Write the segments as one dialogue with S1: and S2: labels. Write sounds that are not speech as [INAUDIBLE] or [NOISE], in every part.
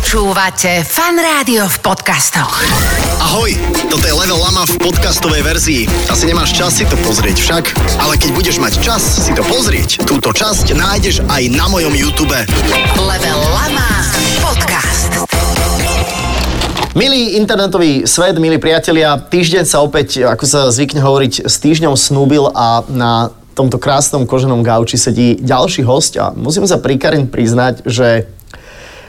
S1: Počúvate Fan Rádio v podcastoch.
S2: Ahoj, toto je Level Lama v podcastovej verzii. Asi nemáš čas si to pozrieť však, ale keď budeš mať čas si to pozrieť, túto časť nájdeš aj na mojom YouTube.
S1: Level Lama Podcast.
S2: Milý internetový svet, milí priatelia, týždeň sa opäť, ako sa zvykne hovoriť, s týždňom snúbil a na tomto krásnom koženom gauči sedí ďalší host a musím sa pri Karin priznať, že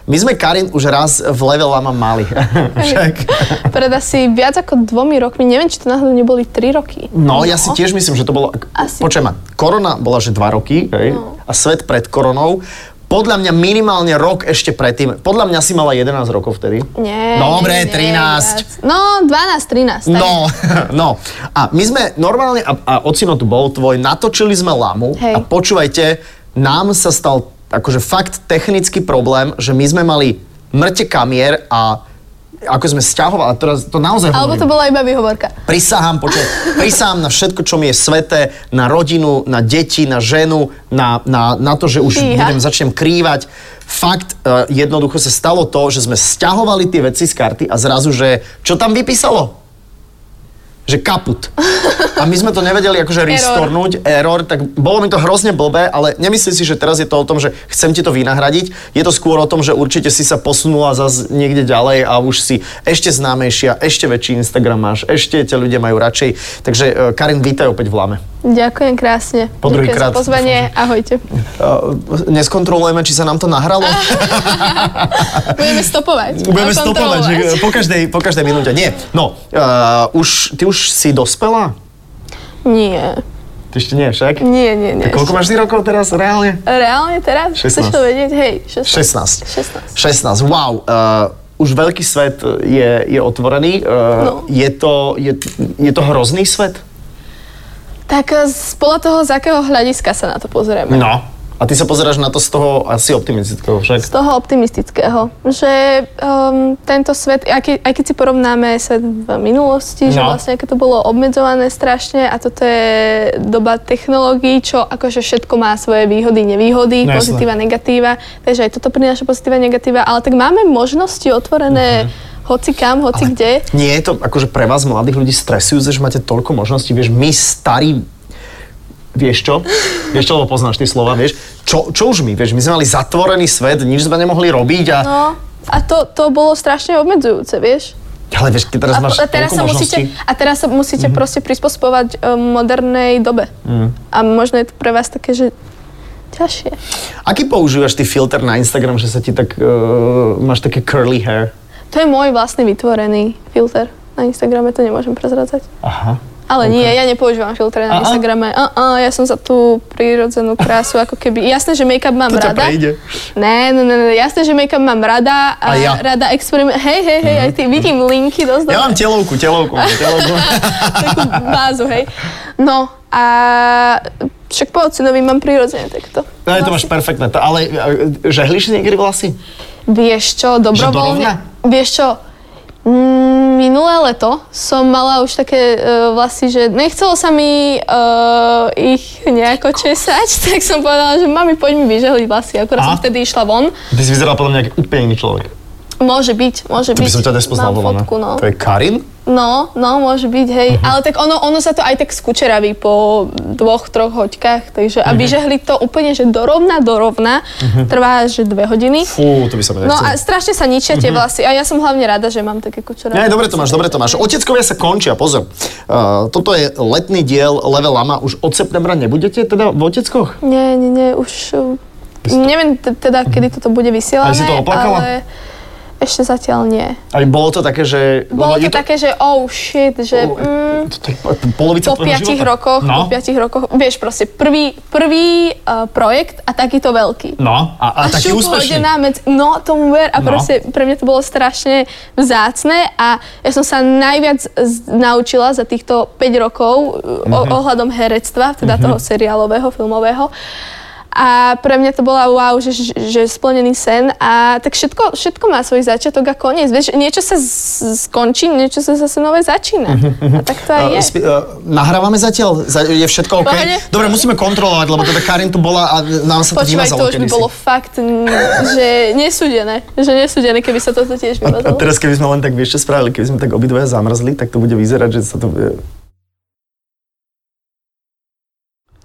S2: my sme Karin už raz v Level Lama mali.
S3: [LAUGHS]
S2: Však.
S3: Pred asi viac ako dvomi rokmi, neviem, či to náhodou neboli tri roky.
S2: No, ja si tiež myslím, že to bolo...
S3: Asi.
S2: Počujem ma, korona bola že dva roky hej?
S3: No.
S2: a svet pred koronou. Podľa mňa minimálne rok ešte predtým. Podľa mňa si mala 11 rokov vtedy.
S3: Nie.
S2: Dobre,
S3: nie,
S2: 13.
S3: viac. No, 12, 13. tak.
S2: No, [LAUGHS] no. A my sme normálne, a, a ocino tu bol tvoj, natočili sme lamu
S3: Hej.
S2: a počúvajte, nám sa stal akože fakt technický problém, že my sme mali mŕte kamier a ako sme stiahovali, a teraz to naozaj
S3: Alebo
S2: hovorím.
S3: to bola iba výhovorka.
S2: Prisahám, počuť, prisahám na všetko, čo mi je sveté, na rodinu, na deti, na ženu, na, na, na to, že už
S3: Fíha.
S2: budem, začnem krývať. Fakt, e, jednoducho sa stalo to, že sme sťahovali tie veci z karty a zrazu, že čo tam vypísalo? Že kaput. A my sme to nevedeli akože
S3: Error.
S2: restornúť, error, tak bolo mi to hrozne blbé, ale nemyslím si, že teraz je to o tom, že chcem ti to vynahradiť. Je to skôr o tom, že určite si sa posunula zase niekde ďalej a už si ešte známejšia, ešte väčší Instagram máš, ešte ťa ľudia majú radšej. Takže e, Karin, vítaj opäť v Lame.
S3: Ďakujem krásne.
S2: Po druhý
S3: Ďakujem
S2: krát.
S3: za pozvanie. Ahojte.
S2: E, Neskontrolujeme, či sa nám to nahralo.
S3: Ah, Budeme stopovať.
S2: [LAUGHS] Budeme
S3: Ale
S2: stopovať,
S3: [LAUGHS]
S2: že
S3: kontrolovať.
S2: po každej, po každej minúte. Nie, no, uh, už, ty už si dospelá?
S3: Nie.
S2: Ty ešte nie, však?
S3: Nie, nie, nie.
S2: Tak koľko máš ty rokov teraz reálne?
S3: Reálne teraz?
S2: 16.
S3: Chceš to vedieť? Hej,
S2: 16.
S3: 16. 16.
S2: 16, wow. Uh, už veľký svet eh, je, je otvorený. Uh,
S3: No.
S2: je, to, je, je to hrozný svet?
S3: Tak eh, z- podľa toho, z akého hľadiska sa na to pozrieme.
S2: No. A ty sa pozeráš na to z toho asi optimistického
S3: Z
S2: však?
S3: toho optimistického, že um, tento svet, aj, ke, aj keď si porovnáme svet v minulosti, že
S2: No.
S3: vlastne aké to bolo obmedzované strašne a toto je doba technológií, čo akože všetko má svoje výhody, nevýhody,
S2: No, jasné.
S3: pozitíva, negatíva, takže aj toto prináša pozitíva, negatíva, ale tak máme možnosti
S2: Mhm.
S3: otvorené hoci kam, hoci kde.
S2: Nie je to akože pre vás mladých ľudí stresujúce, že máte toľko možností, vieš, my starí Vieš čo? Vieš čo, lebo poznáš tie slova, vieš? Čo, čo už my, vieš, my sme mali zatvorený svet, nič sme nemohli robiť a...
S3: No a to, to bolo strašne obmedzujúce, vieš?
S2: Ale vieš, keď teraz
S3: A,
S2: máš
S3: po- a teraz
S2: toľko
S3: sa
S2: možností... Mhm.
S3: musíte, a teraz sa musíte proste prispôsobovať e, modernej dobe. A možno je to pre vás také, že ťažšie.
S2: Aký používaš ty filter na Instagram, že sa ti tak... Uh, máš také curly hair?
S3: To je môj vlastný vytvorený filter. Na Instagrame to nemôžem prezradzať.
S2: Aha.
S3: Ale nie, ja nepoužívam filtre na
S2: Aha.
S3: Instagrame. A, a, ja som za tú prírodzenú krásu, ako keby. Jasné, že make-up mám
S2: To ťa
S3: rada.
S2: prejde.
S3: Ne, ne, ne, ne, jasné, že make-up mám rada
S2: A
S3: a,
S2: ja. Mhm.
S3: rada experiment. Hej, hej, hej, aj ty vidím linky dosť
S2: Ja
S3: dobre.
S2: mám telovku, telovku, mám telovku.
S3: takú bázu, hej. No a však po ocinovi mám prirodzene takto. Vlastne,
S2: No, je to máš perfektné. To, ale e, žehliš si niekedy vlasy?
S3: Vieš čo, dobrovoľne. Vieš čo, mm, minulé leto som mala už také uh, vlasy, že nechcelo sa mi uh, ich nejako česať, [LAUGHS] tak som povedala, že mami, poď mi vyžehliť vlasy. Akorát
S2: A?
S3: som vtedy išla von.
S2: Ty si vyzeral podľa mňa ako úplne iný človek.
S3: Môže byť, môže
S2: To by
S3: byť.
S2: som ťa nespoznal,
S3: Mám
S2: Volana.
S3: fotku, no.
S2: To je Karin?
S3: No, no, môže byť, hej.
S2: Mhm.
S3: Ale tak ono, ono sa to aj tak skučeraví po dvoch, troch hoďkách, takže a
S2: Mhm.
S3: vyžehli to úplne, že dorovna, dorovna, trvá, že dve hodiny.
S2: Fú, to by sa mi
S3: No a
S2: nechcel.
S3: strašne sa ničia tie vlasy a ja som hlavne rada, že mám také kučeravé.
S2: Nie, dobre to máš, dobre to máš. Oteckovia sa končia, pozor. Uh, toto je letný diel Level Lama. Už od septembra nebudete teda v oteckoch?
S3: Nie, nie, nie, už... uh,
S2: Ty si to-
S3: Neviem t- teda, kedy toto bude
S2: Aj
S3: vysielané,
S2: si to oplakala?
S3: ale ešte zatiaľ nie.
S2: A bolo to také, že...
S3: Bolo
S2: lebo je
S3: to také, že oh shit, že... mm,
S2: to, to je polovica
S3: po
S2: tvojho
S3: piatich
S2: života.
S3: rokoch,
S2: no?
S3: po piatich rokoch, vieš proste, prvý, prvý uh, projekt a takýto veľký.
S2: No, a, a, taký
S3: šup
S2: úspešný.
S3: hodená medzi, no tomu ver a
S2: No.
S3: proste pre mňa to bolo strašne vzácne a ja som sa najviac z, naučila za
S2: Mhm.
S3: týchto 5 rokov uh, o, ohľadom herectva, teda toho seriálového, filmového. A pre mňa to bola wow, že, že splnený sen a tak všetko, všetko má svoj začiatok a koniec. Vieš, niečo sa z- skončí, niečo sa zase nové začína. A tak to aj
S2: Uh, [LAUGHS]
S3: je.
S2: spi- uh, nahrávame zatiaľ? Za- Je všetko OK?
S3: Pohode.
S2: Dobre, musíme kontrolovať, lebo teda Karin tu bola a nám sa to
S3: Počúvaj,
S2: vymazalo
S3: to už by
S2: kedysi.
S3: bolo fakt, n- že nesúdené. Že nesúdené, keby sa toto
S2: A, a
S3: tiež vymazalo.
S2: teraz keby sme len tak vieš čo spravili, keby sme tak obidvaja zamrzli, tak to bude vyzerať, že sa to... [LAUGHS] bude-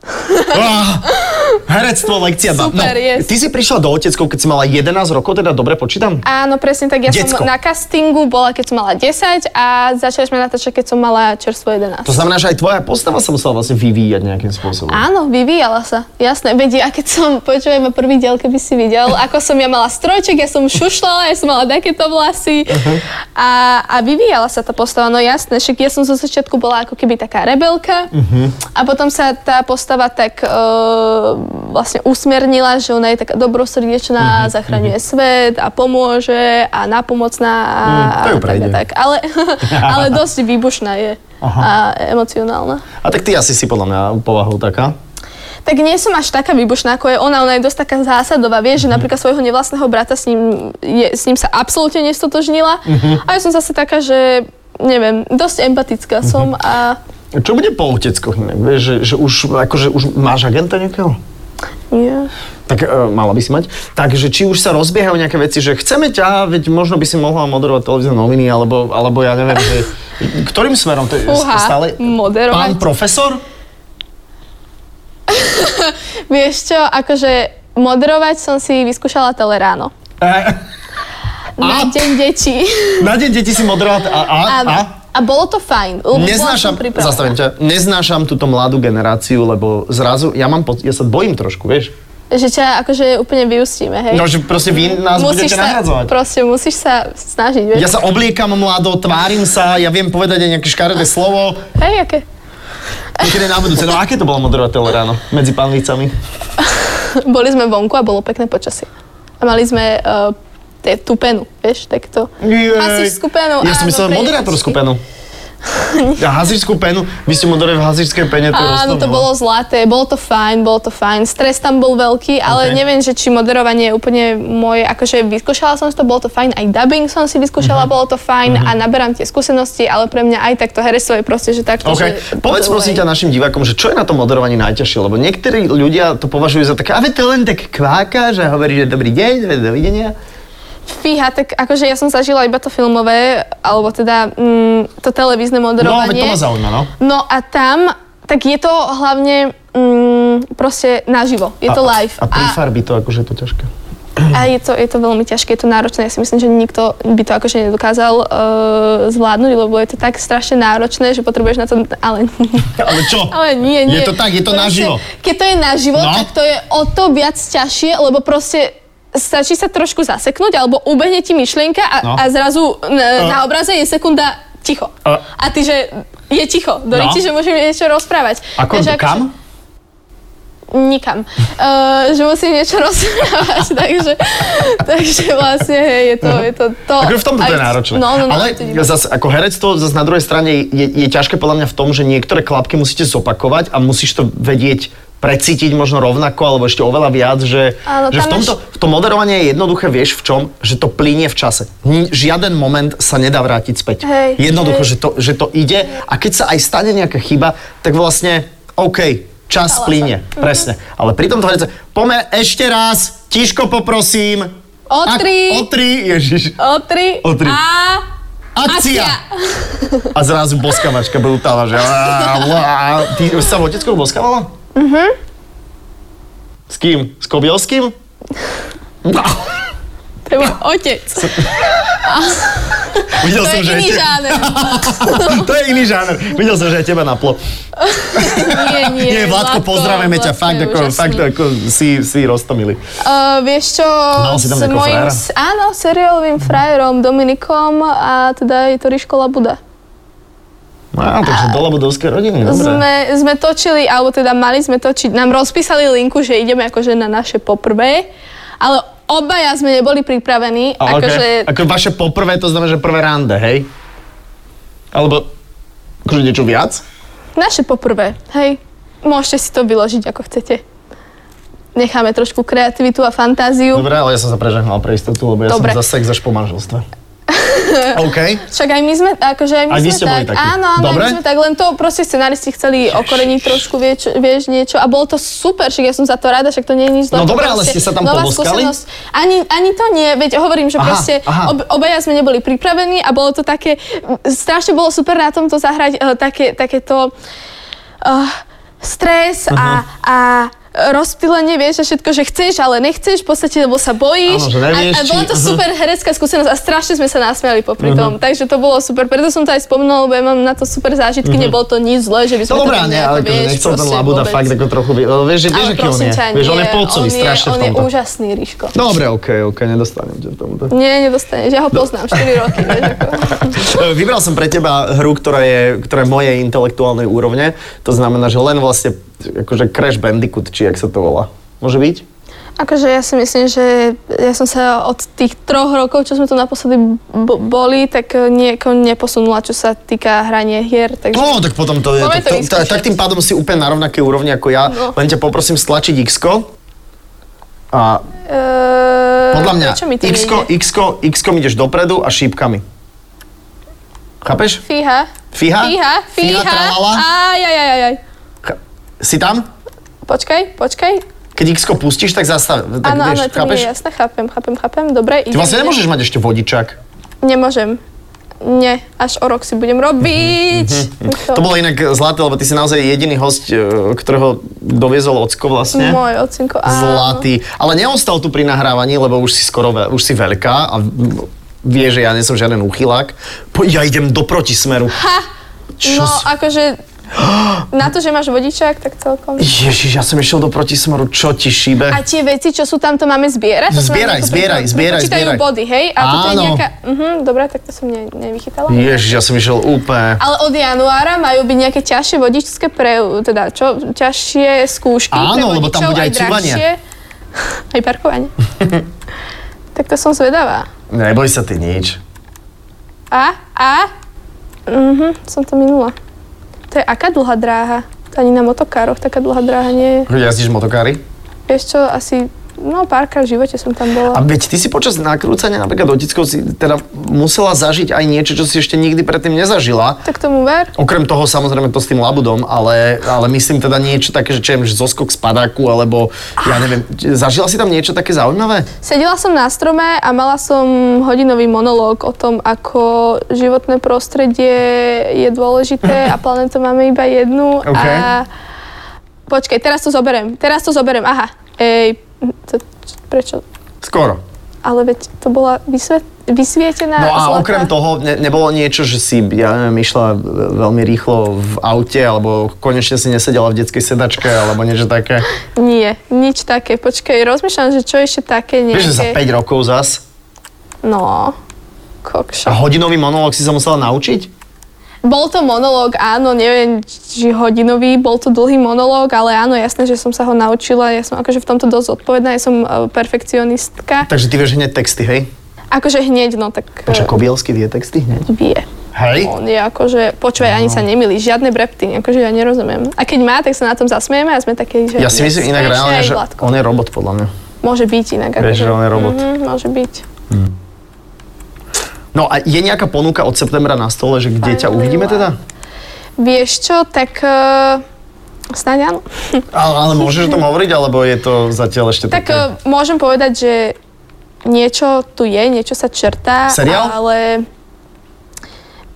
S2: Á, Ah, Herectvo, lekcia dva.
S3: Super, yes.
S2: Ty si prišla do oteckov, keď si mala 11 rokov, teda dobre počítam?
S3: Áno, presne tak. Ja
S2: Decko.
S3: som na castingu bola, keď som mala 10 a začali sme natáčať, keď som mala čerstvo 11.
S2: To znamená, že aj tvoja postava sa musela vlastne vyvíjať nejakým spôsobom.
S3: Áno, vyvíjala sa. Jasné, vedia, a keď som, počúvaj ma prvý diel, keby si videl, ako som ja mala strojček, ja som šušľala, ja som mala takéto vlasy a, a vyvíjala sa tá postava, no jasné, však ja som zo začiatku bola ako keby taká rebelka a potom sa tá postava tak e, vlastne usmernila, že ona je taká dobrosrdečná,
S2: Mhm,
S3: zachraňuje svet a pomôže a napomocná a,
S2: Mm, to ju
S3: a tak, a
S2: prejde.
S3: tak. Ale, [LAUGHS] ale dosť výbušná je
S2: Aha.
S3: a emocionálna.
S2: A tak ty asi si podľa mňa povahou taká.
S3: Tak nie som až taká výbušná, ako je ona. Ona je dosť taká zásadová. Vieš, že
S2: Mhm.
S3: napríklad svojho nevlastného brata s ním, je, s ním sa absolútne nestotožnila.
S2: Mhm.
S3: A ja som zase taká, že neviem, dosť empatická
S2: Mhm.
S3: som a
S2: Čo bude po oteckoch inak? Vieš, že, že už, akože, už máš agenta nejakého?
S3: nie.
S2: Tak e, mala by si mať. Takže či už sa rozbiehajú nejaké veci, že chceme ťa, veď možno by si mohla moderovať televízne noviny, alebo, alebo ja neviem, že ktorým smerom to je
S3: Fúha,
S2: stále... Pán
S3: moderovať.
S2: profesor?
S3: Vieš čo, akože moderovať som si vyskúšala teleráno.
S2: E,
S3: Na deň
S2: [LAUGHS]
S3: detí.
S2: na deň deti si moderovať a... a, a?
S3: a bolo to fajn. lebo bola som
S2: Neznášam,
S3: pripravená.
S2: zastavím ťa, neznášam túto mladú generáciu, lebo zrazu, ja mám, poc- ja sa bojím trošku, vieš?
S3: Že ťa akože úplne vyústíme, hej?
S2: No, že proste vy nás budete
S3: sa,
S2: nahradzovať.
S3: proste musíš sa snažiť, vieš?
S2: Ja sa obliekam mlado, tvárim sa, ja viem povedať aj nejaké škaredé slovo.
S3: Hej, aké?
S2: Niekedy na budúce. No aké to bolo moderovateľ ráno medzi panvicami?
S3: Boli sme vonku a bolo pekné počasie. A mali sme uh, tie, tú penu, vieš, takto. Hasičskú penu.
S2: Ja som
S3: áno,
S2: myslel
S3: pre
S2: moderátorskú
S3: detičky.
S2: penu.
S3: [LAUGHS]
S2: Ja hasičskú penu. Vy ste moderovali v hasičskej pene, no. to je
S3: Áno, to
S2: roztomilé.
S3: bolo zlaté, bolo to fajn, bolo to fajn. Stres tam bol veľký,
S2: Ok.
S3: ale neviem, že či moderovanie je úplne moje, akože vyskúšala som si to, bolo to fajn, aj dubbing som si
S2: Mhm.
S3: vyskúšala, bolo to fajn a naberám tie skúsenosti, ale pre mňa aj takto herectvo je proste, že
S2: OK.
S3: takto, že...
S2: Povedz prosím ťa našim divákom, že čo je na tom moderovaní najťažšie, lebo niektorí ľudia to považujú za také, a veď to len tak kváka, že hovorí, že dobrý deň, dovidenia.
S3: Fíha, tak akože ja som zažila iba to filmové, alebo teda mm, to televízne
S2: No, veď to
S3: moderovanie.
S2: ma zaujíma, no.
S3: No a tam, tak je to hlavne mm, proste naživo. Je to
S2: A-
S3: live.
S2: A pri farby to akože je to
S3: [LAUGHS]
S2: ťažké.
S3: a je, to, je to veľmi ťažké, je to náročné. Ja si myslím, že nikto by to akože nedokázal uh, zvládnuť, lebo je to tak strašne náročné, že potrebuješ na to... Ale,
S2: Ale čo?
S3: ale nie, nie.
S2: Je to tak, je to
S3: Proste,
S2: naživo.
S3: Keď to je naživo,
S2: No.
S3: tak to je o to viac ťažšie, lebo proste stačí sa trošku zaseknúť, alebo ubehne ti myšlienka a,
S2: No. E.
S3: a zrazu
S2: A-
S3: na, na obraze je sekunda ticho.
S2: A-
S3: A ty, že je ticho.
S2: No.
S3: Doríti, že môžem niečo rozprávať.
S2: Ako,
S3: Takže akože-
S2: kam?
S3: nikam. Uh, že musím niečo [LAUGHS] rozprávať, takže, takže vlastne hej, je to, je to, to
S2: Akože v tomto to
S3: aj-
S2: je náročné.
S3: No, no, no,
S2: ale
S3: to-
S2: zas, ako herectvo zase na druhej strane je, je ťažké podľa mňa v tom, že niektoré klapky musíte zopakovať a musíš to vedieť precítiť možno rovnako, alebo ešte oveľa viac, že,
S3: Áno,
S2: že v,
S3: tam
S2: tomto, v tom moderovaní je jednoduché, vieš v čom, že to plinie v čase. Ni- Žiaden moment sa nedá vrátiť späť.
S3: Hej,
S2: jednoducho,
S3: hej.
S2: Že, to, že to ide a keď sa aj stane nejaká chyba, tak vlastne OK, čas
S3: Stala sa. Mhm.
S2: plinie, presne. Ale pri tomto herece, poďme ešte raz, tiško poprosím.
S3: O
S2: Ak-
S3: tri.
S2: O tri, ježiš.
S3: o tri,
S2: o tri.
S3: a...
S2: Akcia! A zrazu boskavačka brutálna, že... á, á. Ty už sa v otecku boskávala? Mhm. S kým? S Kobielským? No,
S3: To je môj otec.
S2: videl
S3: To
S2: som,
S3: je
S2: že...
S3: iný
S2: te-
S3: žáner.
S2: [LAUGHS] to je iný žáner. Videl som, že aj teba naplo.
S3: Nie, nie.
S2: Nie, Vládko, pozdravujeme ťa.
S3: Vládko
S2: Fakt,
S3: je
S2: ako,
S3: úžasný.
S2: fakt, ako si, si roztomili.
S3: Uh, vieš čo,
S2: Mal si tam
S3: s
S2: nejakého
S3: mojim,
S2: frajera? Mhm.
S3: s- áno, seriálovým frajerom Dominikom a teda je to Ríško Labuda.
S2: Á, No, takže dole budú rodiny, dobre.
S3: Sme, sme točili, alebo teda mali sme točiť, nám rozpísali linku, že ideme akože na naše poprvé, ale obaja sme neboli pripravení,
S2: A, okay.
S3: akože
S2: Ako vaše poprvé, to znamená, že prvé rande, hej? Alebo akože niečo viac?
S3: naše poprvé, hej. Môžete si to vyložiť, ako chcete. necháme trošku kreativitu a fantáziu.
S2: Dobre, ale ja som sa prežehnal pre istotu, lebo ja
S3: Dobre.
S2: som za sex až po
S3: [LAUGHS]
S2: manželstve. OK.
S3: Však aj my sme, akože aj my
S2: Aj vy
S3: sme
S2: ste
S3: tak,
S2: boli takí.
S3: áno, áno,
S2: Dobre?
S3: aj my sme tak, len to proste scenáristi chceli okoreniť trošku, vieš, vieš niečo a bolo to super, však ja som za to rada, však to nie je nič
S2: No
S3: zlé. to
S2: dobre, ale ste
S3: proste
S2: sa tam
S3: nová
S2: poboskali?
S3: skúsenosť. Ani, ani to nie, veď hovorím, že
S2: Aha,
S3: proste
S2: aha.
S3: Ob, obaja sme neboli pripravení a bolo to také, m, strašne bolo super na tomto zahrať uh, také, takéto uh, stres a, a rozptýlenie, vieš, a všetko, že chceš, ale nechceš, v podstate, lebo sa bojíš.
S2: Áno, že nevieš,
S3: a, a bolo
S2: či-
S3: to
S2: aha.
S3: super herecká skúsenosť a strašne sme sa nasmiali popri tom. Takže to bolo super, preto som to aj spomenula, lebo ja mám na to super zážitky, nebolo to nič zlé, že by sme
S2: No dobré, ne,
S3: tak nejako,
S2: ale akože
S3: vieš,
S2: nechcel ten
S3: proste
S2: labuda
S3: vôbec.
S2: fakt ako trochu... vy- Vieš, že, vieš,
S3: Ale
S2: aký on
S3: prosím
S2: je.
S3: ťa,
S2: Vieš, on je
S3: nie,
S2: polcový,
S3: on je-
S2: strašne v
S3: On je
S2: tomto. No.
S3: úžasný, Ríško.
S2: Dobre, OK, OK, nedostanem ťa v
S3: [LAUGHS]
S2: tomto.
S3: Nie, nedostaneš,
S2: No.
S3: ja ho poznám 4 roky, vieš, ako.
S2: Eh, Vybral som pre teba hru, ktorá je, ktorá je mojej intelektuálnej úrovne. To znamená, že len vlastne akože Crash Bandicoot, či jak sa to volá. Môže byť?
S3: Akože ja si myslím, že ja som sa od tých troch rokov, čo sme tu naposledy bo- boli, tak eh, nieko neposunula, čo sa týka hrania hier, takže...
S2: No, tak potom to je. Tak,
S3: Máme to
S2: to, to,
S3: vyskúšať.
S2: tak tým pádom si úplne na rovnakej úrovni ako ja.
S3: No.
S2: Len ťa poprosím stlačiť x A
S3: eh,
S2: podľa mňa
S3: prečo mi to
S2: x
S3: nejde?
S2: x x ideš dopredu a šípkami. Chápeš?
S3: Fíha.
S2: Fíha?
S3: Fíha,
S2: Fíha,
S3: fíha.
S2: tralala.
S3: Aj, aj, aj, aj, aj.
S2: Ch- si tam?
S3: Počkaj, počkaj.
S2: Keď x pustíš, tak zastav. Tak
S3: Áno, áno,
S2: vieš,
S3: to mi je jasné, chápem, chápem, chápem. Dobre,
S2: Ty
S3: idem.
S2: vlastne
S3: idem.
S2: nemôžeš mať ešte vodičak.
S3: Nemôžem. Nie, až o rok si budem robiť.
S2: Mhm, To bolo inak zlaté, lebo ty si naozaj jediný host, e, ktorého doviezol ocko vlastne.
S3: Môj ocinko, áno.
S2: Zlatý. Ale neostal tu pri nahrávaní, lebo už si skoro, ve- už si veľká a v- vie, že ja nie som žiaden uchylák. Po, ja idem do protismeru.
S3: Ha!
S2: Čo
S3: no,
S2: si- [GASPS]
S3: akože... Na to, že máš vodičák, tak celkom.
S2: Ježiš, ja som išiel do protismeru, čo ti šíbe? [LAUGHS]
S3: A tie veci, čo sú tam, to máme zbierať? To sa
S2: Zbieraj,
S3: nám tu
S2: zbieraj,
S3: pri-
S2: zbieraj,
S3: Počítajú
S2: zbieraj.
S3: body, hej? A toto je
S2: Áno. Mm.
S3: nejaká... Mhm, dobre, tak to som ne, nevychytala.
S2: Ježiš, ja som išiel úplne...
S3: Ale od januára majú byť nejaké ťažšie vodičské pre... Teda čo? Ťažšie skúšky
S2: Áno,
S3: pre
S2: lebo tam
S3: vodičov,
S2: bude aj cúvanie.
S3: drahšie. Aj
S2: [LAUGHS]
S3: parkovanie. tak to som zvedavá.
S2: Neboj sa ty nič.
S3: A? A? Mhm, som to minula. To je aká dlhá dráha? To ani na motokároch taká dlhá dráha nie je.
S2: Ako Jazdíš motokári?
S3: Vieš čo, asi, no párkrát v živote som tam bola.
S2: A veď ty si počas nakrúcania napríklad otickov si teda musela zažiť aj niečo, čo si ešte nikdy predtým nezažila.
S3: Tak tomu ver.
S2: Okrem toho samozrejme to s tým labudom, ale, ale myslím teda niečo také, že čo viem, že zoskok z padáku, alebo ja neviem, zažila si tam niečo také zaujímavé?
S3: Sedela som na strome a mala som hodinový monológ o tom, ako životné prostredie je dôležité a planetu máme iba jednu.
S2: OK.
S3: A... Počkej, teraz to zoberiem. Teraz to zoberiem. Aha. Ej, to, čo- prečo?
S2: Skoro.
S3: Ale veď to bola vysvet, vysvietená
S2: No a
S3: zlatá.
S2: okrem toho ne, nebolo niečo, že si, ja neviem, išla veľmi rýchlo v aute, alebo konečne si nesedela v detskej sedačke, alebo niečo také.
S3: Nie, nič také. Počkej, rozmýšľam, že čo ešte také nejaké...
S2: Vieš, že za 5 rokov zas.
S3: No,
S2: A
S3: kokšo.
S2: hodinový monológ si sa musela naučiť?
S3: Bol to monológ, áno, neviem, či hodinový, bol to dlhý monológ, ale áno, jasné, že som sa ho naučila. Ja som akože v tomto dosť odpovedná, ja som e, perfekcionistka.
S2: Takže ty vieš hneď texty, hej?
S3: Akože hneď, no tak... e,
S2: Počkaj, Kobielsky vie texty hneď?
S3: vie.
S2: Hej?
S3: On je akože, počúvaj, ani sa nemili, žiadne brepty, akože ja nerozumiem. A keď má, tak sa na tom zasmieme a sme také, že...
S2: Ja si myslím inak
S3: smiešne
S2: reálne,
S3: aj
S2: že
S3: Vládko.
S2: on je robot podľa mňa.
S3: Môže byť inak.
S2: Vieš, že on je robot.
S3: Mhm, môže byť.
S2: No a je nejaká ponuka od septembra na stole, že kde ťa
S3: Finally
S2: uvidíme
S3: love.
S2: teda?
S3: Vieš čo, tak uh, snáď áno.
S2: Ale, ale môžeš o tom hovoriť, alebo je to zatiaľ ešte
S3: Tak
S2: také?
S3: uh, môžem povedať, že niečo tu je, niečo sa črtá,
S2: Seriál?
S3: ale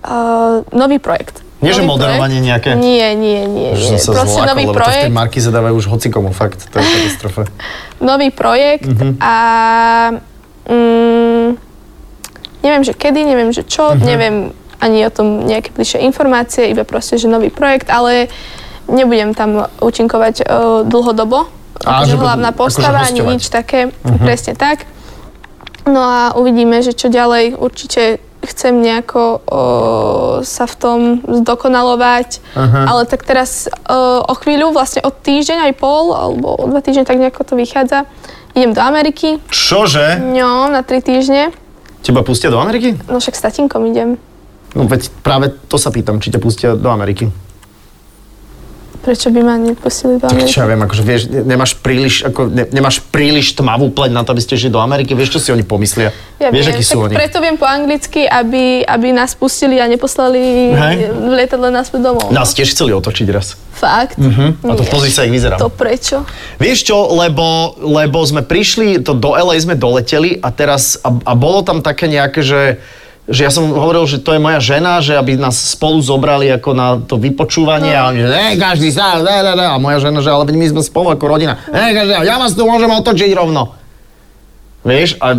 S3: uh, nový projekt.
S2: Nie, že
S3: Nový
S2: moderovanie
S3: projekt.
S2: nejaké?
S3: Nie, nie, nie.
S2: Že
S3: nie.
S2: som sa
S3: Proste
S2: zlákol,
S3: nový
S2: lebo to v tej
S3: projekt,
S2: marky zadávajú už hocikomu, fakt, to je katastrofa.
S3: nový projekt
S2: Mhm.
S3: a mm, neviem, že kedy, neviem, že čo,
S2: Mhm.
S3: neviem ani o tom nejaké bližšie informácie, iba proste, že nový projekt, ale nebudem tam účinkovať e, dlhodobo.
S2: Á,
S3: akože
S2: že budú
S3: hlavná
S2: akože Mhm.
S3: postava, ani
S2: hosťovať.
S3: nič také, presne tak. No a uvidíme, že čo ďalej. Určite chcem nejako o, sa v tom zdokonalovať,
S2: Aha.
S3: ale tak teraz o, o chvíľu, vlastne o týždeň aj pol, alebo o dva týždne, tak nejako to vychádza. Idem do Ameriky,
S2: Čože?
S3: ňo, na tri týždne,
S2: Teba pustia do Ameriky?
S3: no však s tatinkom idem.
S2: No veď práve to sa pýtam, či ťa pustia do Ameriky.
S3: Prečo by ma nepustili do
S2: Tak čo
S3: Ameriky?
S2: ja viem, akože vieš, ne- nemáš príliš, ako, ne, nemáš príliš tmavú pleť na to, aby ste išli do Ameriky, vieš, čo si oni pomyslia?
S3: Ja
S2: vieš,
S3: viem,
S2: akí sú
S3: tak
S2: oni?
S3: preto viem po anglicky, aby, aby nás pustili a neposlali
S2: Hej.
S3: v lietadle naspäť domov.
S2: Nás tiež chceli otočiť raz.
S3: Fakt? Mm-hmm.
S2: Mhm. A to pozri sa, jak vyzerám.
S3: To prečo?
S2: Vieš čo, lebo, lebo sme prišli, to do LA sme doleteli a teraz, a, a bolo tam také nejaké, že že ja som hovoril, že to je moja žena, že aby nás spolu zobrali ako na to vypočúvanie a
S3: No.
S2: oni, že ne, každý sa, ne, ne, ne. a moja žena, že ale veď my sme spolu ako rodina, ne, každý, ja vás tu môžem otočiť rovno. Vieš, a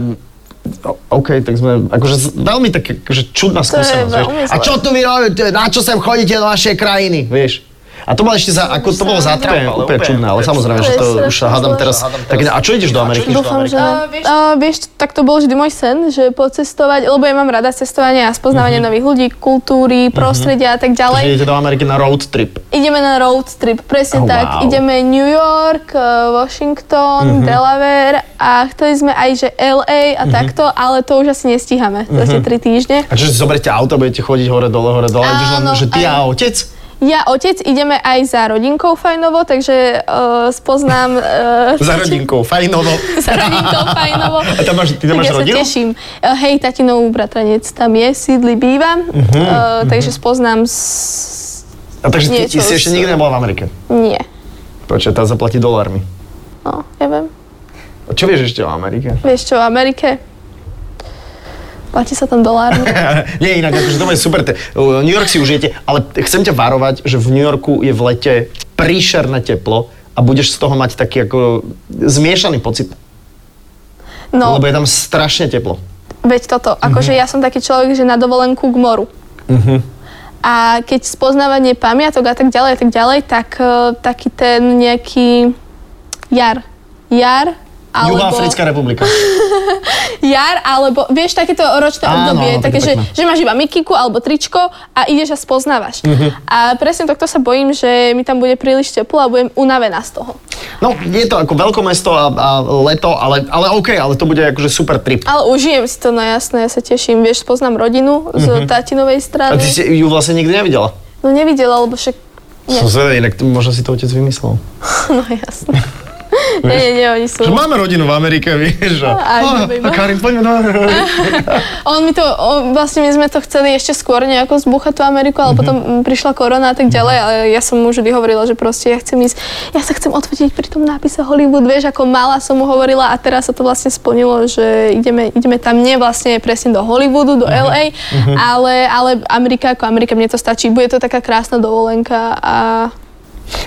S2: o- OK, tak sme, akože z- veľmi také, akože čudná
S3: To je
S2: skúsenosť, vieš.
S3: veľmi
S2: A
S3: zlé.
S2: čo tu vy robíte, na čo sem chodíte do našej krajiny, vieš. A to bolo ešte za, ako to bolo za
S4: Úplne,
S2: úplne, úplne
S4: úplne,
S2: čudné, ale
S4: úplne
S2: samozrejme, že to
S3: strašne
S2: už hádam
S3: zlé.
S2: teraz.
S4: Hádam teraz.
S2: Tak, a čo ideš do Ameriky?
S4: ideš do
S3: Dúfam, že...
S4: Ameriky?
S3: A, vieš, a, vieš, tak to bol vždy môj sen, že pocestovať, lebo ja mám rada cestovanie a
S2: Mhm.
S3: spoznávanie nových ľudí, kultúry, prostredia a tak
S2: Že
S3: ďalej.
S2: idete do Ameriky na road trip.
S3: Ideme na road trip,
S2: Oh,
S3: presne
S2: Wow. Mhm.
S3: tak. Ideme New York, eh, Washington, Delaware a chceli sme aj, že LA a takto, ale to už asi nestíhame, to
S2: Mhm.
S3: asi tri týždne.
S2: A čo si zoberiete auto, budete chodiť hore, dole, hore, dole, ideš len,
S3: Áno,
S2: že ty a
S3: áno.
S2: otec?
S3: Ja, otec, ideme aj za rodinkou Fajnovo, takže eh, spoznám... eh,
S2: Za rodinkou, fajnovo.
S3: [LAUGHS] za rodinkou Fajnovo.
S2: A tam máš- ty tam
S3: Tak
S2: máš
S3: ja
S2: rodinu?
S3: sa teším. Eh, Hej, tatinov bratranec tam je,
S2: Mhm,
S3: sídli, býva, uh-huh, takže spoznám s...
S2: A takže ty, ty
S3: Niečo
S2: si ešte
S3: s-
S2: nikdy nebola v Amerike.
S3: Nie.
S2: Počkaj, tá zaplatí dolármi.
S3: No, neviem.
S2: A čo vieš ešte o Amerike? [LAUGHS]
S3: Vieš čo, v Amerike platí sa tam dolármi.
S2: Nie, inak, akože to je super. Te, New York si užijete, ale chcem ťa varovať, že v New Yorku je v lete príšerné teplo a budeš z toho mať taký ako zmiešaný pocit,
S3: No,
S2: lebo je Mhm. tam strašne teplo.
S3: veď toto, akože ja som taký človek, že na dovolenku k moru.
S2: Mhm.
S3: A keď spoznávanie pamiatok a tak ďalej a tak ďalej, tak eh, taký ten nejaký jar. Jar alebo...
S2: Juhoafrická republika.
S3: jar, alebo vieš, takéto ročné
S2: Áno, áno,
S3: obdobie, také,
S2: také
S3: že,
S2: pekné.
S3: že máš iba mikiku alebo tričko a ideš a spoznávaš.
S2: Mhm.
S3: A presne tohto sa bojím, že mi tam bude príliš teplo a budem unavená z toho.
S2: No, je to ako veľkomesto a, a leto, ale, ale OK, ale to bude akože super trip.
S3: Ale užijem si to, no jasné, ja sa teším. Vieš, poznám rodinu z
S2: Mhm.
S3: tatinovej
S2: A
S3: strany.
S2: ty si ju vlastne nikdy nevidela?
S3: No nevidela, lebo však... [LAUGHS] Nie.
S2: Som zvedavý, inak možno si to otec vymyslel.
S3: No
S2: [LAUGHS]
S3: jasné. nie, nie, nie, oni sú...
S2: Že máme rodinu v Amerike, [LAUGHS] vieš. A,
S3: Aj,
S2: a, a
S3: dobre, iba.
S2: Karin, poďme na...
S3: [LAUGHS] On mi to, o, vlastne my sme to chceli ešte skôr nejako zbúchať tú Ameriku, ale potom mm, prišla korona a tak ďalej, ale ja som mu vždy hovorila, že proste ja chcem ísť, ja sa chcem odfotiť pri tom nápise Hollywood, vieš, ako mala som mu hovorila a teraz sa to vlastne splnilo, že ideme, ideme tam, nie vlastne presne do Hollywoodu, do LA, ale, ale Amerika ako Amerika, mne to stačí, bude to taká krásna dovolenka a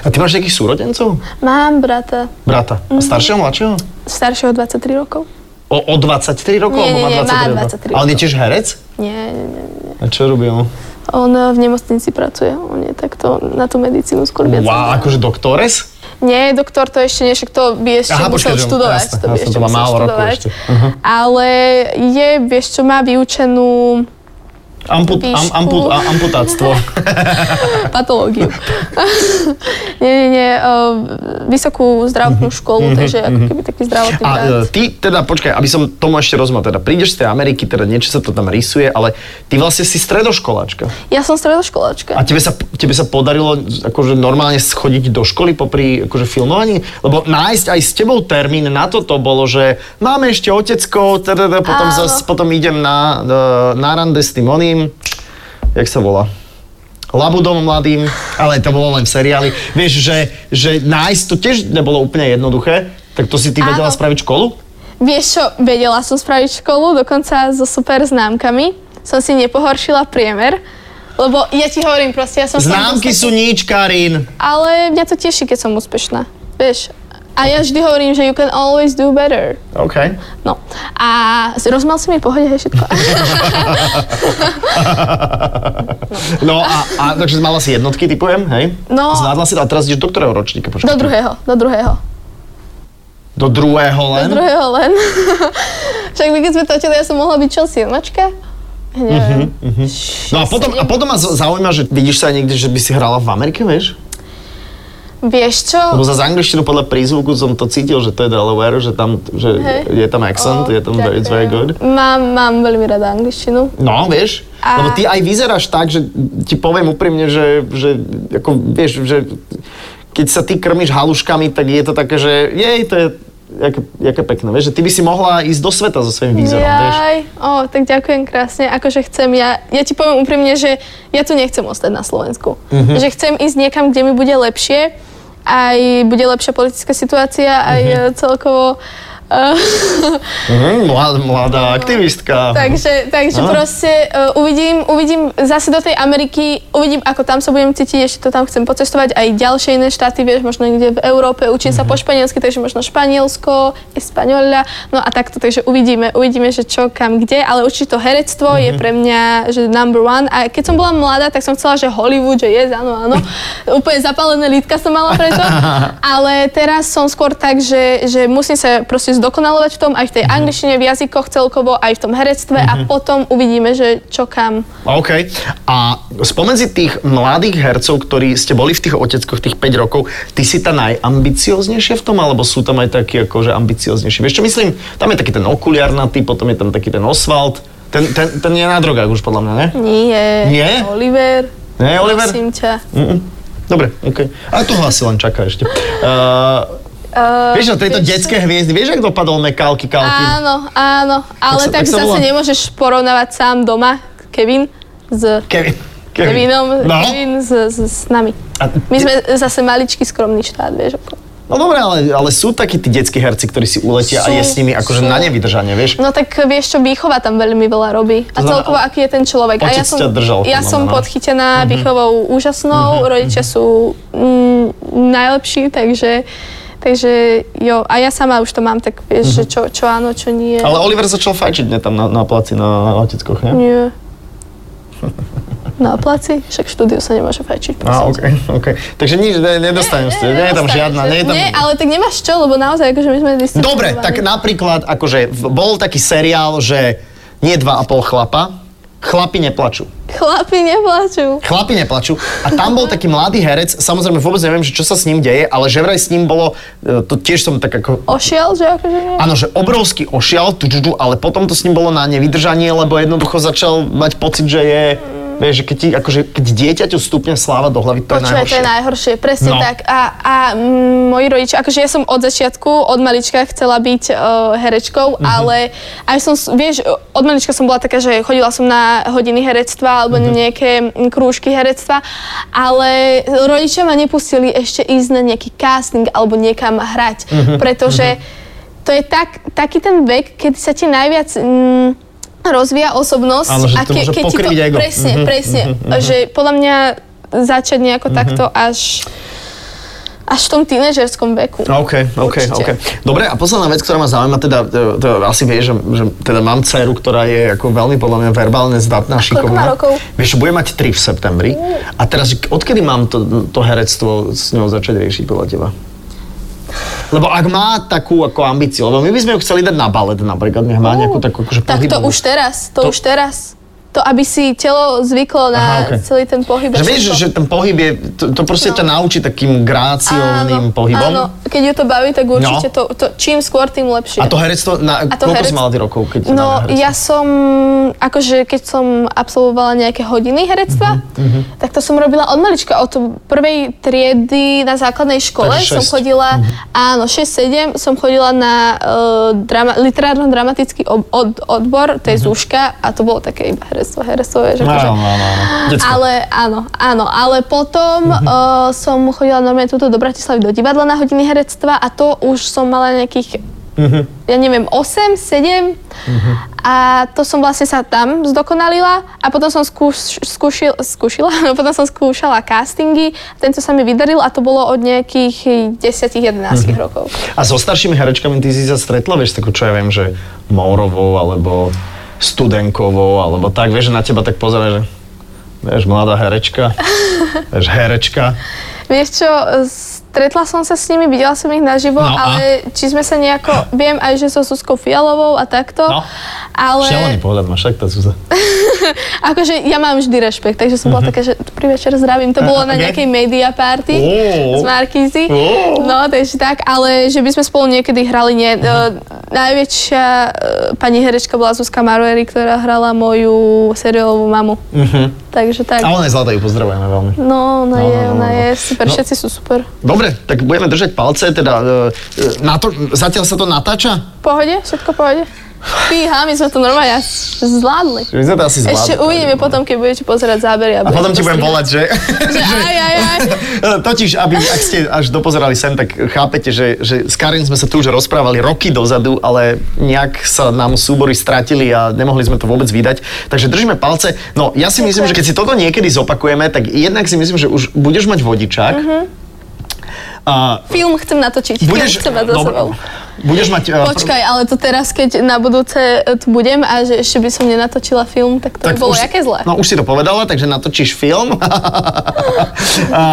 S2: A ty máš nejakých súrodencov?
S3: mám brata
S2: Brata. A
S3: Mhm.
S2: staršieho, mladšieho?
S3: staršieho 23 rokov.
S2: O, o 23 rokov?
S3: Nie, nie,
S2: alebo
S3: nie, má
S2: rokov? A on
S3: 23
S2: je
S3: rokov.
S2: tiež herec?
S3: Nie, nie, nie.
S2: A čo robil?
S3: On e, v nemocnici pracuje, on je takto na tú medicínu skôr viac.
S2: Wow, akože doktores?
S3: Nie, doktor to ešte nie, však to by ešte
S2: Aha,
S3: Aha,
S2: počkaj,
S3: musel
S2: že-
S3: študovať.
S2: jasné,
S3: to by
S2: jasné,
S3: ešte
S2: to má
S3: musel
S2: málo rokov
S3: študovať.
S2: ešte.
S3: Ale je, vieš čo, má vyučenú
S2: Amput, am,
S3: Výšku.
S2: amput, a,
S3: [LAUGHS]
S2: amputáctvo. [LAUGHS]
S3: patológiu. nie, nie, nie, eh, vysokú zdravotnú školu, takže ako keby taký zdravotný
S2: Mhm. A
S3: brat.
S2: e, ty teda, počkaj, aby som tomu ešte rozmal, teda prídeš z tej Ameriky, teda niečo sa to tam rysuje, ale ty vlastne si stredoškoláčka.
S3: Ja som stredoškoláčka.
S2: A tebe sa, tebe sa podarilo akože normálne schodiť do školy popri akože filmovaní? Lebo nájsť aj s tebou termín na toto bolo, že máme ešte otecko, teda, teda, potom,
S3: Áno.
S2: zas, potom idem na, e, na rande s tým oným, jak sa volá? Labudom mladým, ale to bolo len v seriáli. Vieš, že, že nájsť to tiež nebolo úplne jednoduché, tak to si ty vedela
S3: Áno.
S2: spraviť školu?
S3: Vieš čo, vedela som spraviť školu, dokonca so super známkami. Som si nepohoršila priemer, lebo ja ti hovorím proste, ja som...
S2: Známky sú nič, Karin.
S3: Ale mňa to teší, keď som úspešná. Vieš, a ja vždy hovorím, že you can always do better.
S2: OK.
S3: No. A s- rozmal si mi v pohode, hej, všetko. [LAUGHS]
S2: No a, a takže mala si jednotky, typujem, hej?
S3: No.
S2: Zvládla si to a teraz ideš do ktorého ročníka? Počkaj.
S3: Do druhého, do druhého.
S2: Do druhého len?
S3: Do druhého len. [LAUGHS] Však my keď sme točili, ja som mohla byť čo, silnočka? Ja Neviem.
S2: No a potom, a potom ma z- zaujíma, že vidíš sa aj niekde, že by si hrala v Amerike, vieš?
S3: Vieš čo?
S2: Lebo za z angličtinu podľa prízvuku som to cítil, že to je Delaware, že tam, že
S3: Hej.
S2: je tam accent,
S3: O,
S2: je tam, very, it's very good.
S3: ďakujem. Mám, mám veľmi rada angličtinu.
S2: No, vieš?
S3: A-
S2: Lebo ty aj vyzeráš tak, že ti poviem úprimne, že, že ako, vieš, že keď sa ty krmiš haluškami, tak je to také, že jej, to je jaké, jaké pekné, vieš, že ty by si mohla ísť do sveta so svojím výzorom, vieš.
S3: Jaj, o, tak ďakujem krásne, akože chcem, ja, ja ti poviem úprimne, že ja tu nechcem ostať na Slovensku. Mm-hmm. Že chcem ísť niekam, kde mi bude lepšie, aj bude lepšia politická situácia, aj mm-hmm. celkovo eh, [LAUGHS]
S2: Mhm, mladá, mladá aktivistka.
S3: Takže, takže
S2: No.
S3: proste uh, uvidím, uvidím zase do tej Ameriky, uvidím, ako tam sa budem cítiť, ešte to tam chcem pocestovať, aj ďalšie iné štáty, vieš, možno niekde v Európe, učím sa po španielsky, takže možno Španielsko, Espaňoľa, no a takto, takže uvidíme, uvidíme, že čo, kam, kde, ale určite to herectvo je pre mňa, že number one, a keď som bola mladá, tak som chcela, že Hollywood, že je, áno,
S2: [LAUGHS]
S3: áno, úplne zapálené lítka som mala preto, ale teraz som skôr tak, že, že musím sa proste zdokonalovať v tom, aj v
S2: Mhm.
S3: tej angličtine, v jazykoch celkovo, aj v tom herectve a potom uvidíme, že čo kam.
S2: OK. A spomedzi tých mladých hercov, ktorí ste boli v tých oteckoch tých 5 rokov, ty si tá najambicioznejšia v tom, alebo sú tam aj takí akože ambicioznejší? Vieš čo myslím? Tam je taký ten okuliarnatý, potom je tam taký ten Oswald. Ten, ten, ten je na drogách už podľa mňa, ne?
S3: Nie.
S2: Nie?
S3: Oliver.
S2: Nie, Oliver?
S3: Prosím ťa.
S2: Mm-mm. Dobre, OK. A tu hlasy len čaká ešte. Uh,
S3: Uh,
S2: vieš, no tejto detské hviezdy, vieš, ak dopadol Mekalky Kalky?
S3: Áno, áno, ale
S2: sa-
S3: tak,
S2: tak sa volá?
S3: zase nemôžeš porovnávať sám doma, Kevin, s
S2: Kevin.
S3: Kevinom,
S2: No?
S3: Kevin s, s, s nami.
S2: A
S3: My sme zase maličký, skromný štát, vieš. ako.
S2: No dobre, ale, ale sú takí tí detskí herci, ktorí si uletia a
S3: Sú,
S2: je s nimi akože
S3: sú.
S2: na nevydržanie, vieš?
S3: No tak vieš čo, výchova tam veľmi veľa robí.
S2: To
S3: A
S2: znamená,
S3: celkovo, aký je ten človek. A
S2: otec ťa držal, podľa
S3: ja
S2: mňa,
S3: som
S2: no.
S3: podchytená výchovou
S2: Mhm.
S3: úžasnou, rodičia sú mm, najlepší, takže, takže jo. A ja sama už to mám, tak vieš, že čo, čo áno, čo nie.
S2: Mhm. Ale Oliver začal fajčiť ne, tam na, na placi na oteckoch, ne?
S3: Nie. Na placi? Však v štúdiu sa nemôže
S2: Á,
S3: fajčiť. prosím ťa.
S2: ok, [LAUGHS] ok. Takže nič, ne, nedostanem ste, nie je tam
S3: Nedostaneš
S2: žiadna,
S3: sa.
S2: nie je tam...
S3: Nie, ale tak nemáš čo, lebo naozaj, akože my sme
S2: Dobre, tak napríklad, akože v- bol taký seriál, že nie dva a pol chlapa, chlapi neplačú.
S3: Chlapi neplačú.
S2: Chlapi neplačú. A tam bol taký mladý herec, samozrejme vôbec neviem, že čo sa s ním deje, ale že vraj s ním bolo, e, to tiež som tak ako
S3: Ošiel, že akože nie?
S2: Áno, že obrovský ošial, tu, tu, tu, ale potom to s ním bolo na nevydržanie, lebo jednoducho začal mať pocit, že je... Vieš, že keď, ti, akože, keď dieťaťu stupne sláva do hlavy, to je
S3: Počúvaj, to
S2: najhoršie.
S3: je najhoršie,
S2: No.
S3: presne tak. A, a mm, moji rodičia, akože ja som od začiatku, od malička chcela byť uh, herečkou,
S2: Mhm.
S3: ale aj som, s- vieš, od malička som bola taká, že chodila som na hodiny herectva alebo
S2: Mhm.
S3: nejaké mm, krúžky herectva, ale rodičia ma nepustili ešte ísť na nejaký casting alebo niekam hrať,
S2: Mhm.
S3: pretože to je tak, taký ten vek, kedy sa ti najviac... Mm, rozvíja osobnosť
S2: Áno, že
S3: a
S2: to
S3: ke,
S2: môže
S3: keď ti to,
S2: pokriviť ego.
S3: presne,
S2: Mhm,
S3: presne, že podľa mňa začať nejako takto až, až v tom tínežerskom veku.
S2: No, OK, OK,
S3: Určite.
S2: OK. Dobre, a posledná vec, ktorá ma zaujíma, teda, to, to asi vieš, že, že teda mám dceru, ktorá je ako veľmi podľa mňa verbálne zdatná,
S3: koľko má
S2: šikovná.
S3: rokov?
S2: Vieš, bude mať 3 v septembri. A teraz, odkedy mám to, to herectvo s ňou začať riešiť podľa teba? Lebo ak má takú ako ambíciu, lebo my by sme ju chceli dať na balet napríklad, nech má nejakú takú akože
S3: Tak to
S2: pohybovú.
S3: už teraz, to,
S2: To-
S3: už teraz. To, aby si telo zvyklo na
S2: Aha, okej.
S3: celý ten pohyb. a
S2: Že vieš,
S3: všetko.
S2: že ten pohyb je, to, to proste
S3: No.
S2: ťa naučí takým gráciovným
S3: áno,
S2: pohybom.
S3: áno, keď ju to baví, tak
S2: No.
S3: určite to, to, čím skôr, tým lepšie.
S2: A to herectvo, na,
S3: A to
S2: koľko
S3: herec-
S2: si mala ty rokov? Keď si dala
S3: No,
S2: herectvo?
S3: ja som, akože keď som absolvovala nejaké hodiny herectva,
S2: Mhm,
S3: tak to som robila od malička, od prvej triedy na základnej škole
S2: Takže
S3: som
S2: šesť. Mhm.
S3: chodila, áno, 6-7, som chodila na uh, drama, literárno-dramatický ob, od, odbor, to je zúška, a to bolo také iba herectvo, herectvo, vieš, akože...
S2: Mhm. Áno, áno, áno. Detsko.
S3: Ale áno, áno, ale potom uh, som chodila normálne túto do Bratislavy do divadla na hodiny herectva a to už som mala nejakých, ja neviem, 8, 7 a to som vlastne sa tam zdokonalila a potom som skúš, skúšil, skúšila, [LAUGHS] no potom som skúšala castingy, tento sa mi vydaril a to bolo od nejakých 10-11 rokov.
S2: A so staršími herečkami ty si sa stretla, vieš, takú, čo ja viem, že Mourovou, alebo Studenkovou, alebo tak, vieš, že na teba tak pozera, že vieš, mladá
S3: [LAUGHS]
S2: herečka, vieš, herečka.
S3: Vieš čo, stretla som sa s nimi, videla som ich naživo,
S2: No a?
S3: ale či sme sa
S2: [LAUGHS]
S3: nejako, viem aj, že so Suskou Fialovou a takto,
S2: No.
S3: ale
S2: Šialený pohľad máš, tak tá Zuzá.
S3: akože ja mám vždy rešpekt, takže som bola taká, že pri večer zdravím, to bolo na
S2: Mhm. ok.
S3: nejakej media party
S2: Ó.
S3: z Markízy,
S2: Ó. Mhm.
S3: no takže tak, ale že by sme spolu niekedy hrali, nie, e, najväčšia e, pani herečka bola Zuzka Marueri, ktorá hrala moju seriálovú mamu.
S2: Mhm.
S3: Takže tak.
S2: A ona je zlatá, ju pozdravujeme veľmi.
S3: No, ona
S2: No,
S3: je,
S2: no, no,
S3: ona
S2: no.
S3: je super,
S2: No.
S3: všetci sú super.
S2: Dobre, tak budeme držať palce, teda e, e, na to, zatiaľ sa to natáča?
S3: V pohode? Všetko v pohode? Píha, my sme to normálne zvládli.
S2: Že My sme to asi zvládli. no.
S3: Ešte uvidíme potom, keď budete pozerať zábery.
S2: A potom ti budem volať, že...
S3: [LAUGHS] Že aj, aj, aj.
S2: Totiž, aby, ak ste až dopozerali sem, tak chápete, že, že s Karin sme sa tu už rozprávali roky dozadu, ale nejak sa nám súbory stratili a nemohli sme to vôbec vydať. Takže držíme palce. No, ja si myslím, že keď si toto niekedy zopakujeme, tak jednak si myslím, že už budeš mať vodičák.
S3: Mhm.
S2: A
S3: Film chcem natočiť,
S2: budeš,
S3: film chcem mať za
S2: dobre,
S3: sebou.
S2: budeš mať... e, pr-
S3: Počkaj, ale to teraz, keď na budúce e, tu budem a že ešte by som nenatočila film, tak to by bolo
S2: už-
S3: jaké zlé.
S2: No už si to povedala, takže natočíš
S3: [LAUGHS]
S2: film. a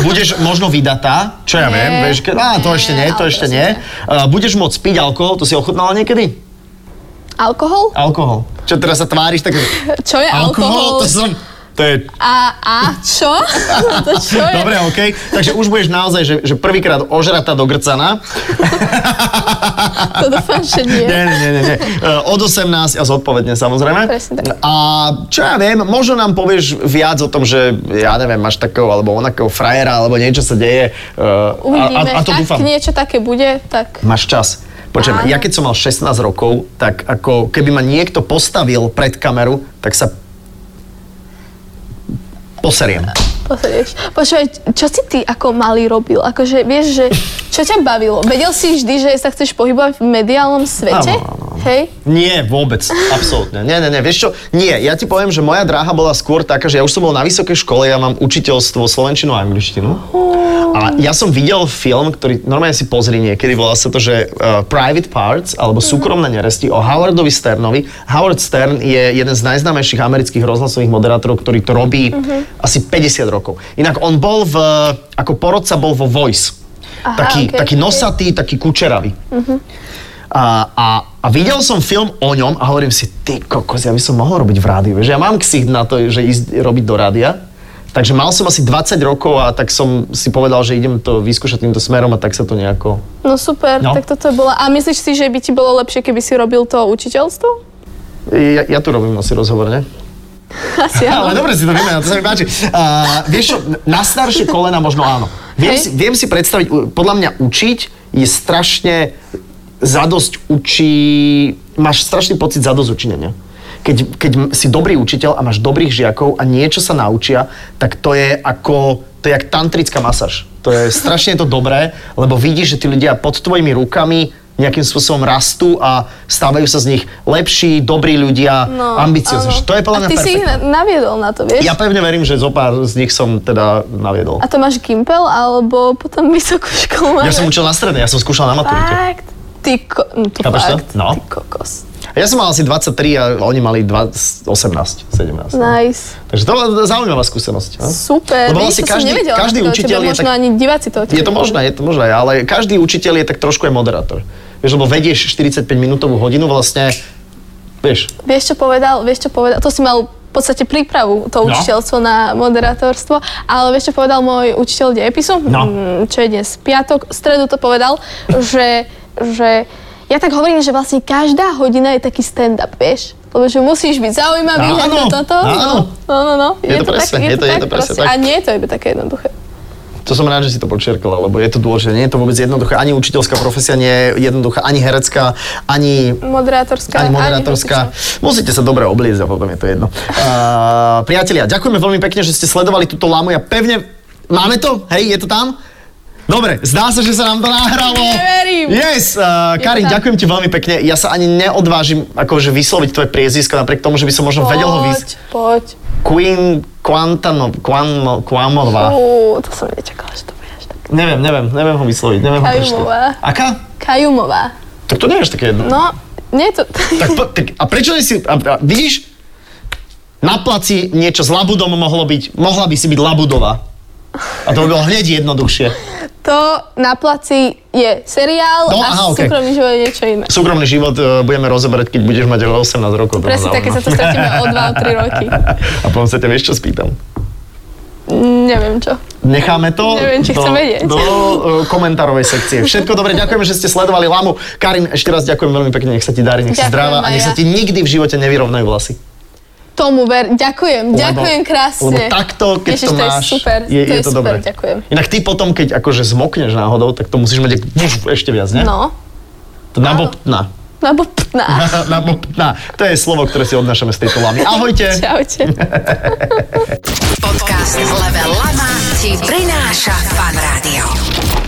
S2: budeš možno vydatá, čo ja
S3: Nie.
S2: viem, vieš, ke- á, to
S3: Nie,
S2: ešte nie, to
S3: ale
S2: ešte
S3: prosím
S2: nie.
S3: ťa.
S2: A budeš môcť piť alkohol, to si ochutnala niekedy?
S3: Alkohol?
S2: Alkohol. Čo teraz sa tváriš, tak
S3: Čo je
S2: to
S3: alkohol?
S2: som... To je...
S3: A, a
S2: [LAUGHS]
S3: čo? to čo je?
S2: Dobre, OK. Takže už budeš naozaj, že, že prvýkrát ožratá do grcana.
S3: To dúfam, že nie.
S2: Nie, nie, nie, nie, nie. E, Od 18 a zodpovedne samozrejme.
S3: Presne tak.
S2: A čo ja viem, možno nám povieš viac o tom, že ja neviem, máš takého alebo onakého frajera, alebo niečo sa deje. e,
S3: Uvidíme.
S2: A, a, a to
S3: Ak
S2: dúfam.
S3: niečo také bude, tak...
S2: Máš čas. Počujem,
S3: Áno.
S2: ja keď som mal 16 rokov, tak ako keby ma niekto postavil pred kameru, tak sa poseriem.
S3: Pozrieš. Počúvaj, čo si ty ako malý robil? Akože vieš, že čo ťa bavilo? Vedel si vždy, že sa chceš pohybovať v mediálnom svete?
S2: Áno, áno,
S3: Hej?
S2: Nie, vôbec, absolútne. Nie, nie, nie, vieš čo? Nie, ja ti poviem, že moja dráha bola skôr taká, že ja už som bol na vysokej škole, ja mám učiteľstvo slovenčinu a angličtinu. A ja som videl film, ktorý normálne si pozri niekedy, volá sa to, že uh, Private Parts, alebo Súkromné neresti, o Howardovi Sternovi. Howard Stern je jeden z najznámejších amerických rozhlasových moderátorov, ktorý to robí asi 50 rokov. Inak on bol v, ako porodca bol vo Voice.
S3: Aha,
S2: taký,
S3: okej,
S2: taký
S3: okej.
S2: nosatý, taký kučeravý. A, a, a videl som film o ňom a hovorím si, ty kokos, ja by som mohol robiť v rádiu. Vieš, ja mám ksicht na to, že ísť robiť do rádia. Takže mal som asi 20 rokov a tak som si povedal, že idem to vyskúšať týmto smerom a tak sa to nejako...
S3: No super,
S2: No.
S3: tak toto bola. A myslíš si, že by ti bolo lepšie, keby si robil to učiteľstvo?
S2: Ja, ja tu robím asi rozhovor, ne?
S3: Asi
S2: [LAUGHS] Ale
S3: áno.
S2: dobre si to vymenal, to sa mi páči. Uh, vieš čo, na staršie kolena možno áno. Viem, si,
S3: Hej.
S2: viem si predstaviť, u- podľa mňa učiť je strašne zadosť učí, máš strašný pocit zadosť učinenia. Keď, keď m- si dobrý učiteľ a máš dobrých žiakov a niečo sa naučia, tak to je ako, to je jak tantrická masáž. To je strašne je to dobré, lebo vidíš, že tí ľudia pod tvojimi rukami nejakým spôsobom rastú a stávajú sa z nich lepší, dobrí ľudia, no, ambiciozni.
S3: áno.
S2: To je podľa mňa
S3: A ty si ich
S2: perfektné.
S3: na- naviedol na to, vieš?
S2: Ja pevne verím, že zo pár z nich som teda naviedol.
S3: A to máš gimpel alebo potom vysokú školu?
S2: Ja som učil na strednej, ja som skúšal na maturite.
S3: Fakt? Ty ko... No, to
S2: Chápeš to?
S3: fakt.
S2: No.
S3: Ty kokos.
S2: A Ja som mal asi 23 a oni mali 20, 18, 17. no.
S3: Nice.
S2: Takže to bola zaujímavá skúsenosť. no?
S3: Super.
S2: Lebo
S3: Vidíš,
S2: vlastne
S3: to som
S2: každý,
S3: nevedela
S2: každý
S3: takto o tebe,
S2: učiteľ je
S3: Možno
S2: tak...
S3: ani diváci to o tebe
S2: Je to
S3: nevedia.
S2: možné, je to možné, ale každý učiteľ je tak trošku aj moderátor. Vieš, lebo vedieš 45-minútovú hodinu vlastne, vieš,
S3: Vieš, čo povedal? Vieš, čo povedal? To si mal v podstate prípravu, to
S2: No.
S3: učiteľstvo na moderátorstvo, ale vieš, čo povedal môj učiteľ dejepisu?
S2: No.
S3: Mm, Čo je dnes? Piatok, v stredu to povedal, že, že ja tak hovorím, že vlastne každá hodina je taký stand-up, vieš? Lebo že musíš byť
S2: No.
S3: zaujímavý,
S2: Áno,
S3: hento, toto,
S2: áno.
S3: no, no, no.
S2: Je to presne, je to- je to presne
S3: proste.
S2: tak.
S3: A nie je to iba také jednoduché.
S2: To som rád, že si to počerkala, lebo je to dôležité. Nie je to vôbec jednoduché. Ani učiteľská profesia nie je jednoduchá, ani herecká, ani
S3: Moderátorská,
S2: ani moderátorská.
S3: hocičo.
S2: Musíte sa dobre obliecť a potom je to jedno. Uh, priatelia, ďakujeme veľmi pekne, že ste sledovali túto lámu. Ja pevne... Máme to? Hej, je to tam? Dobre, zdá sa, že sa nám to nahralo.
S3: Neverím.
S2: Yes, uh,
S3: Je to
S2: Karin,
S3: tam.
S2: ďakujem ti veľmi pekne. Ja sa ani neodvážim akože vysloviť tvoje priezisko, napriek tomu, že by som možno vedel ho
S3: Poď,
S2: vysť.
S3: poď.
S2: Queen Quantano, Quanmo, Quamová.
S3: Uú, to som nečakala, že to bude až tak.
S2: Neviem, neviem, neviem ho vysloviť, neviem ho prečítať.
S3: Kajumová.
S2: Aká?
S3: Kajumová.
S2: Tak to nevieš také jedno.
S3: No, nie je to... [LAUGHS]
S2: Tak, po, tak a prečo nie si... A, a, vidíš? Na placi niečo s labudom mohlo byť, mohla by si byť labudová. A to by bolo hneď jednoduchšie.
S3: To na placi je seriál
S2: No,
S3: a
S2: aha, okej.
S3: súkromný život je niečo iné.
S2: Súkromný život e, budeme rozoberať, keď budeš mať 18 rokov. to ma
S3: Presne tak, keď sa
S2: zaujíma. [LAUGHS]
S3: to stretíme o 2-3 roky.
S2: A potom sa ťa vieš, čo spýtam.
S3: Mm, Neviem čo.
S2: Necháme to
S3: Neviem, či
S2: do,
S3: chcem vedieť.
S2: do e, komentárovej sekcie. Všetko dobre, ďakujeme, že ste sledovali Lamu. Karin, ešte raz ďakujem veľmi pekne, nech sa ti darí, nech si
S3: Ďakujem
S2: zdravá a
S3: aj
S2: nech sa
S3: ja.
S2: ti nikdy v živote nevyrovnajú vlasy.
S3: Tomu ver, ďakujem, ďakujem krásne.
S2: Lebo takto, keď
S3: Ježiš,
S2: to
S3: to je
S2: máš,
S3: super,
S2: je,
S3: to
S2: je
S3: je
S2: to
S3: super,
S2: dobré.
S3: ďakujem.
S2: Inak ty potom, keď akože zmokneš náhodou, tak to musíš mať ak- ešte viac, ne?
S3: No,
S2: To [LAUGHS] nabobtná.
S3: lebo ptná.
S2: Nabobtná. To je slovo, ktoré si odnášame z tejto lamy. Ahojte.
S3: Čaute.
S1: Podcast Level Lama ti prináša Fan Rádio.